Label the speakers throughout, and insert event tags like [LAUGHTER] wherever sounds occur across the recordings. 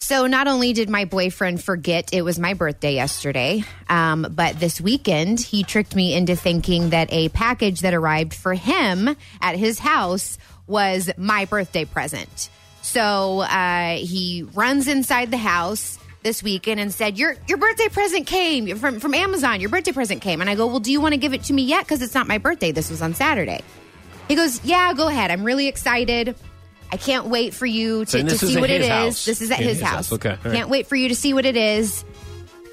Speaker 1: So not only did my boyfriend forget it was my birthday yesterday, um, but this weekend he tricked me into thinking that a package that arrived for him at his house was my birthday present. So uh, he runs inside the house this weekend and said, "Your your birthday present came from from Amazon. Your birthday present came." And I go, "Well, do you want to give it to me yet? Because it's not my birthday. This was on Saturday." He goes, "Yeah, go ahead. I'm really excited. I can't wait for you to,
Speaker 2: So
Speaker 1: to
Speaker 2: this is
Speaker 1: see
Speaker 2: at
Speaker 1: what it
Speaker 2: his
Speaker 1: is.
Speaker 2: house.
Speaker 1: This is at
Speaker 2: In
Speaker 1: his,
Speaker 2: his
Speaker 1: house.
Speaker 2: house. Okay. All right.
Speaker 1: Can't wait for you to see what it is."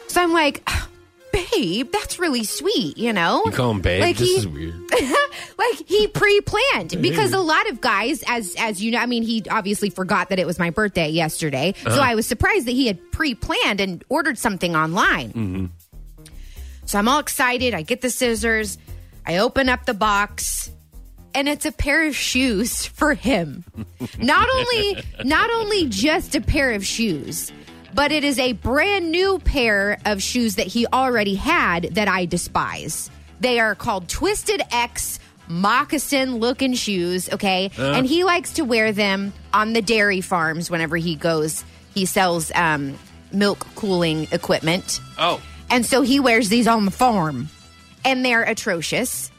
Speaker 1: So I'm like, "Ah, "Babe, that's really sweet. You know,
Speaker 2: You call him babe.
Speaker 1: Like
Speaker 2: this
Speaker 1: he- [LAUGHS]
Speaker 2: is weird.
Speaker 1: like
Speaker 2: [LAUGHS]
Speaker 1: he pre-planned because a lot of guys as as you know i mean he obviously forgot that it was my birthday yesterday so
Speaker 2: Uh-huh.
Speaker 1: i was surprised that he had pre-planned and ordered something online
Speaker 2: Mm-hmm.
Speaker 1: so i'm all excited i get the scissors i open up the box and it's a pair of shoes for him not only not only just a pair of shoes but it is a brand new pair of shoes that he already had that I despise. They are called Twisted X moccasin looking shoes, okay? And he likes to wear them on the dairy farms whenever he goes. He sells um, milk cooling equipment.
Speaker 2: Oh.
Speaker 1: And so he wears these on the farm, and they're atrocious.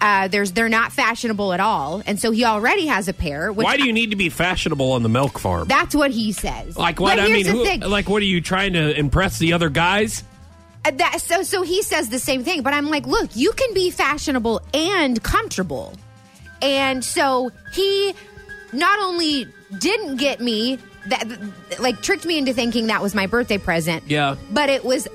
Speaker 1: Uh, there's they're not fashionable at all, and so he already has a pair. Which
Speaker 2: Why do you need to be fashionable on the milk farm?
Speaker 1: that's what he says.
Speaker 2: like what?
Speaker 1: But
Speaker 2: I mean,
Speaker 1: here's the
Speaker 2: who,
Speaker 1: thing.
Speaker 2: like what are you trying to impress the other guys?
Speaker 1: Uh, that so so he says the same thing but i'm like look you can be fashionable and comfortable and so he not only didn't get me that like tricked me into thinking that was my birthday present
Speaker 2: Yeah.
Speaker 1: but it was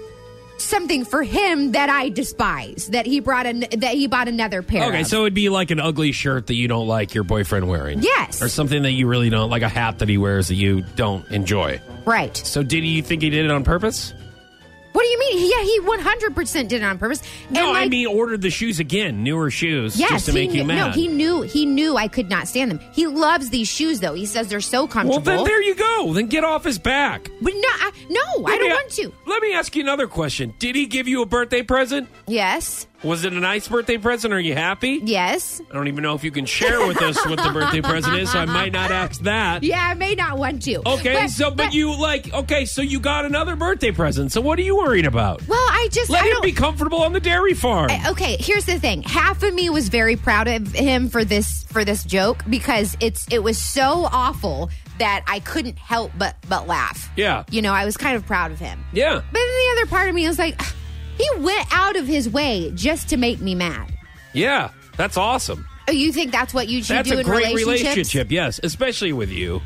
Speaker 1: something for him that i despise that he brought an that he bought another pair
Speaker 2: Okay,
Speaker 1: of.
Speaker 2: so it'd be like an ugly shirt that you don't like your boyfriend wearing.
Speaker 1: Yes.
Speaker 2: Or something that you really don't like a hat that he wears that you don't enjoy.
Speaker 1: right
Speaker 2: So did you think he did it on purpose?
Speaker 1: what do you mean yeah he 100% did it on purpose and
Speaker 2: no, I
Speaker 1: like,
Speaker 2: mean ordered the shoes again, newer shoes,
Speaker 1: Yes,
Speaker 2: just to
Speaker 1: he
Speaker 2: make you
Speaker 1: kn-
Speaker 2: mad.
Speaker 1: No, he knew he knew I could not stand them. He loves these shoes though. He says they're so
Speaker 2: well,
Speaker 1: comfortable.
Speaker 2: then there you go. Then get off his back.
Speaker 1: But no, I, no, I
Speaker 2: Let
Speaker 1: don't
Speaker 2: me-
Speaker 1: want to.
Speaker 2: Let me ask you another question. Did he give you a birthday present?
Speaker 1: Yes,
Speaker 2: Was it a nice birthday present? Are you happy?
Speaker 1: yes.
Speaker 2: I don't even know if you can share with us what the birthday present is, so I might not ask that.
Speaker 1: Yeah, I may not want to.
Speaker 2: Okay, so but, you like okay, so you got another birthday present. So what are you worried about?
Speaker 1: Well, I just
Speaker 2: Let
Speaker 1: I
Speaker 2: him
Speaker 1: don't. uh,
Speaker 2: be comfortable on the dairy farm.
Speaker 1: okay, here's the thing. Half of me was very proud of him for this for this joke because it's it was so awful that I couldn't help but but laugh.
Speaker 2: Yeah.
Speaker 1: you know, I was kind of proud of him.
Speaker 2: yeah.
Speaker 1: But then the other part of me was like, [SIGHS] he went out of his way just to make me mad.
Speaker 2: Yeah. That's awesome.
Speaker 1: Oh, you think that's what you should
Speaker 2: That's
Speaker 1: do
Speaker 2: a
Speaker 1: in
Speaker 2: great
Speaker 1: relationships?
Speaker 2: relationship, yes. Especially with you.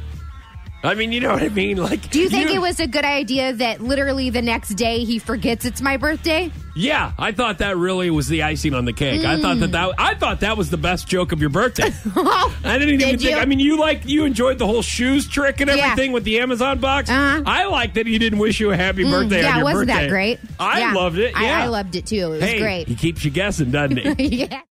Speaker 2: I mean, you know what I mean? Like
Speaker 1: Do you think it was a good idea that literally the next day he forgets it's my birthday? [LAUGHS]
Speaker 2: Yeah, I thought that really was the icing on the cake. I thought
Speaker 1: Mm.
Speaker 2: that, that I thought that was the best joke of your birthday.
Speaker 1: [LAUGHS]
Speaker 2: I didn't even
Speaker 1: Did
Speaker 2: think.
Speaker 1: you?
Speaker 2: I mean, you like you enjoyed the whole shoes trick and
Speaker 1: Yeah.
Speaker 2: everything with the Amazon box.
Speaker 1: Uh-huh. Mm,
Speaker 2: I like that he didn't wish you a happy birthday. on
Speaker 1: yeah,
Speaker 2: your
Speaker 1: wasn't that
Speaker 2: birthday.
Speaker 1: great?
Speaker 2: I
Speaker 1: Yeah.
Speaker 2: loved it.
Speaker 1: I-
Speaker 2: Yeah,
Speaker 1: I, loved it too. It was
Speaker 2: hey,
Speaker 1: great. [LAUGHS]
Speaker 2: He keeps you guessing, doesn't he?
Speaker 1: yeah.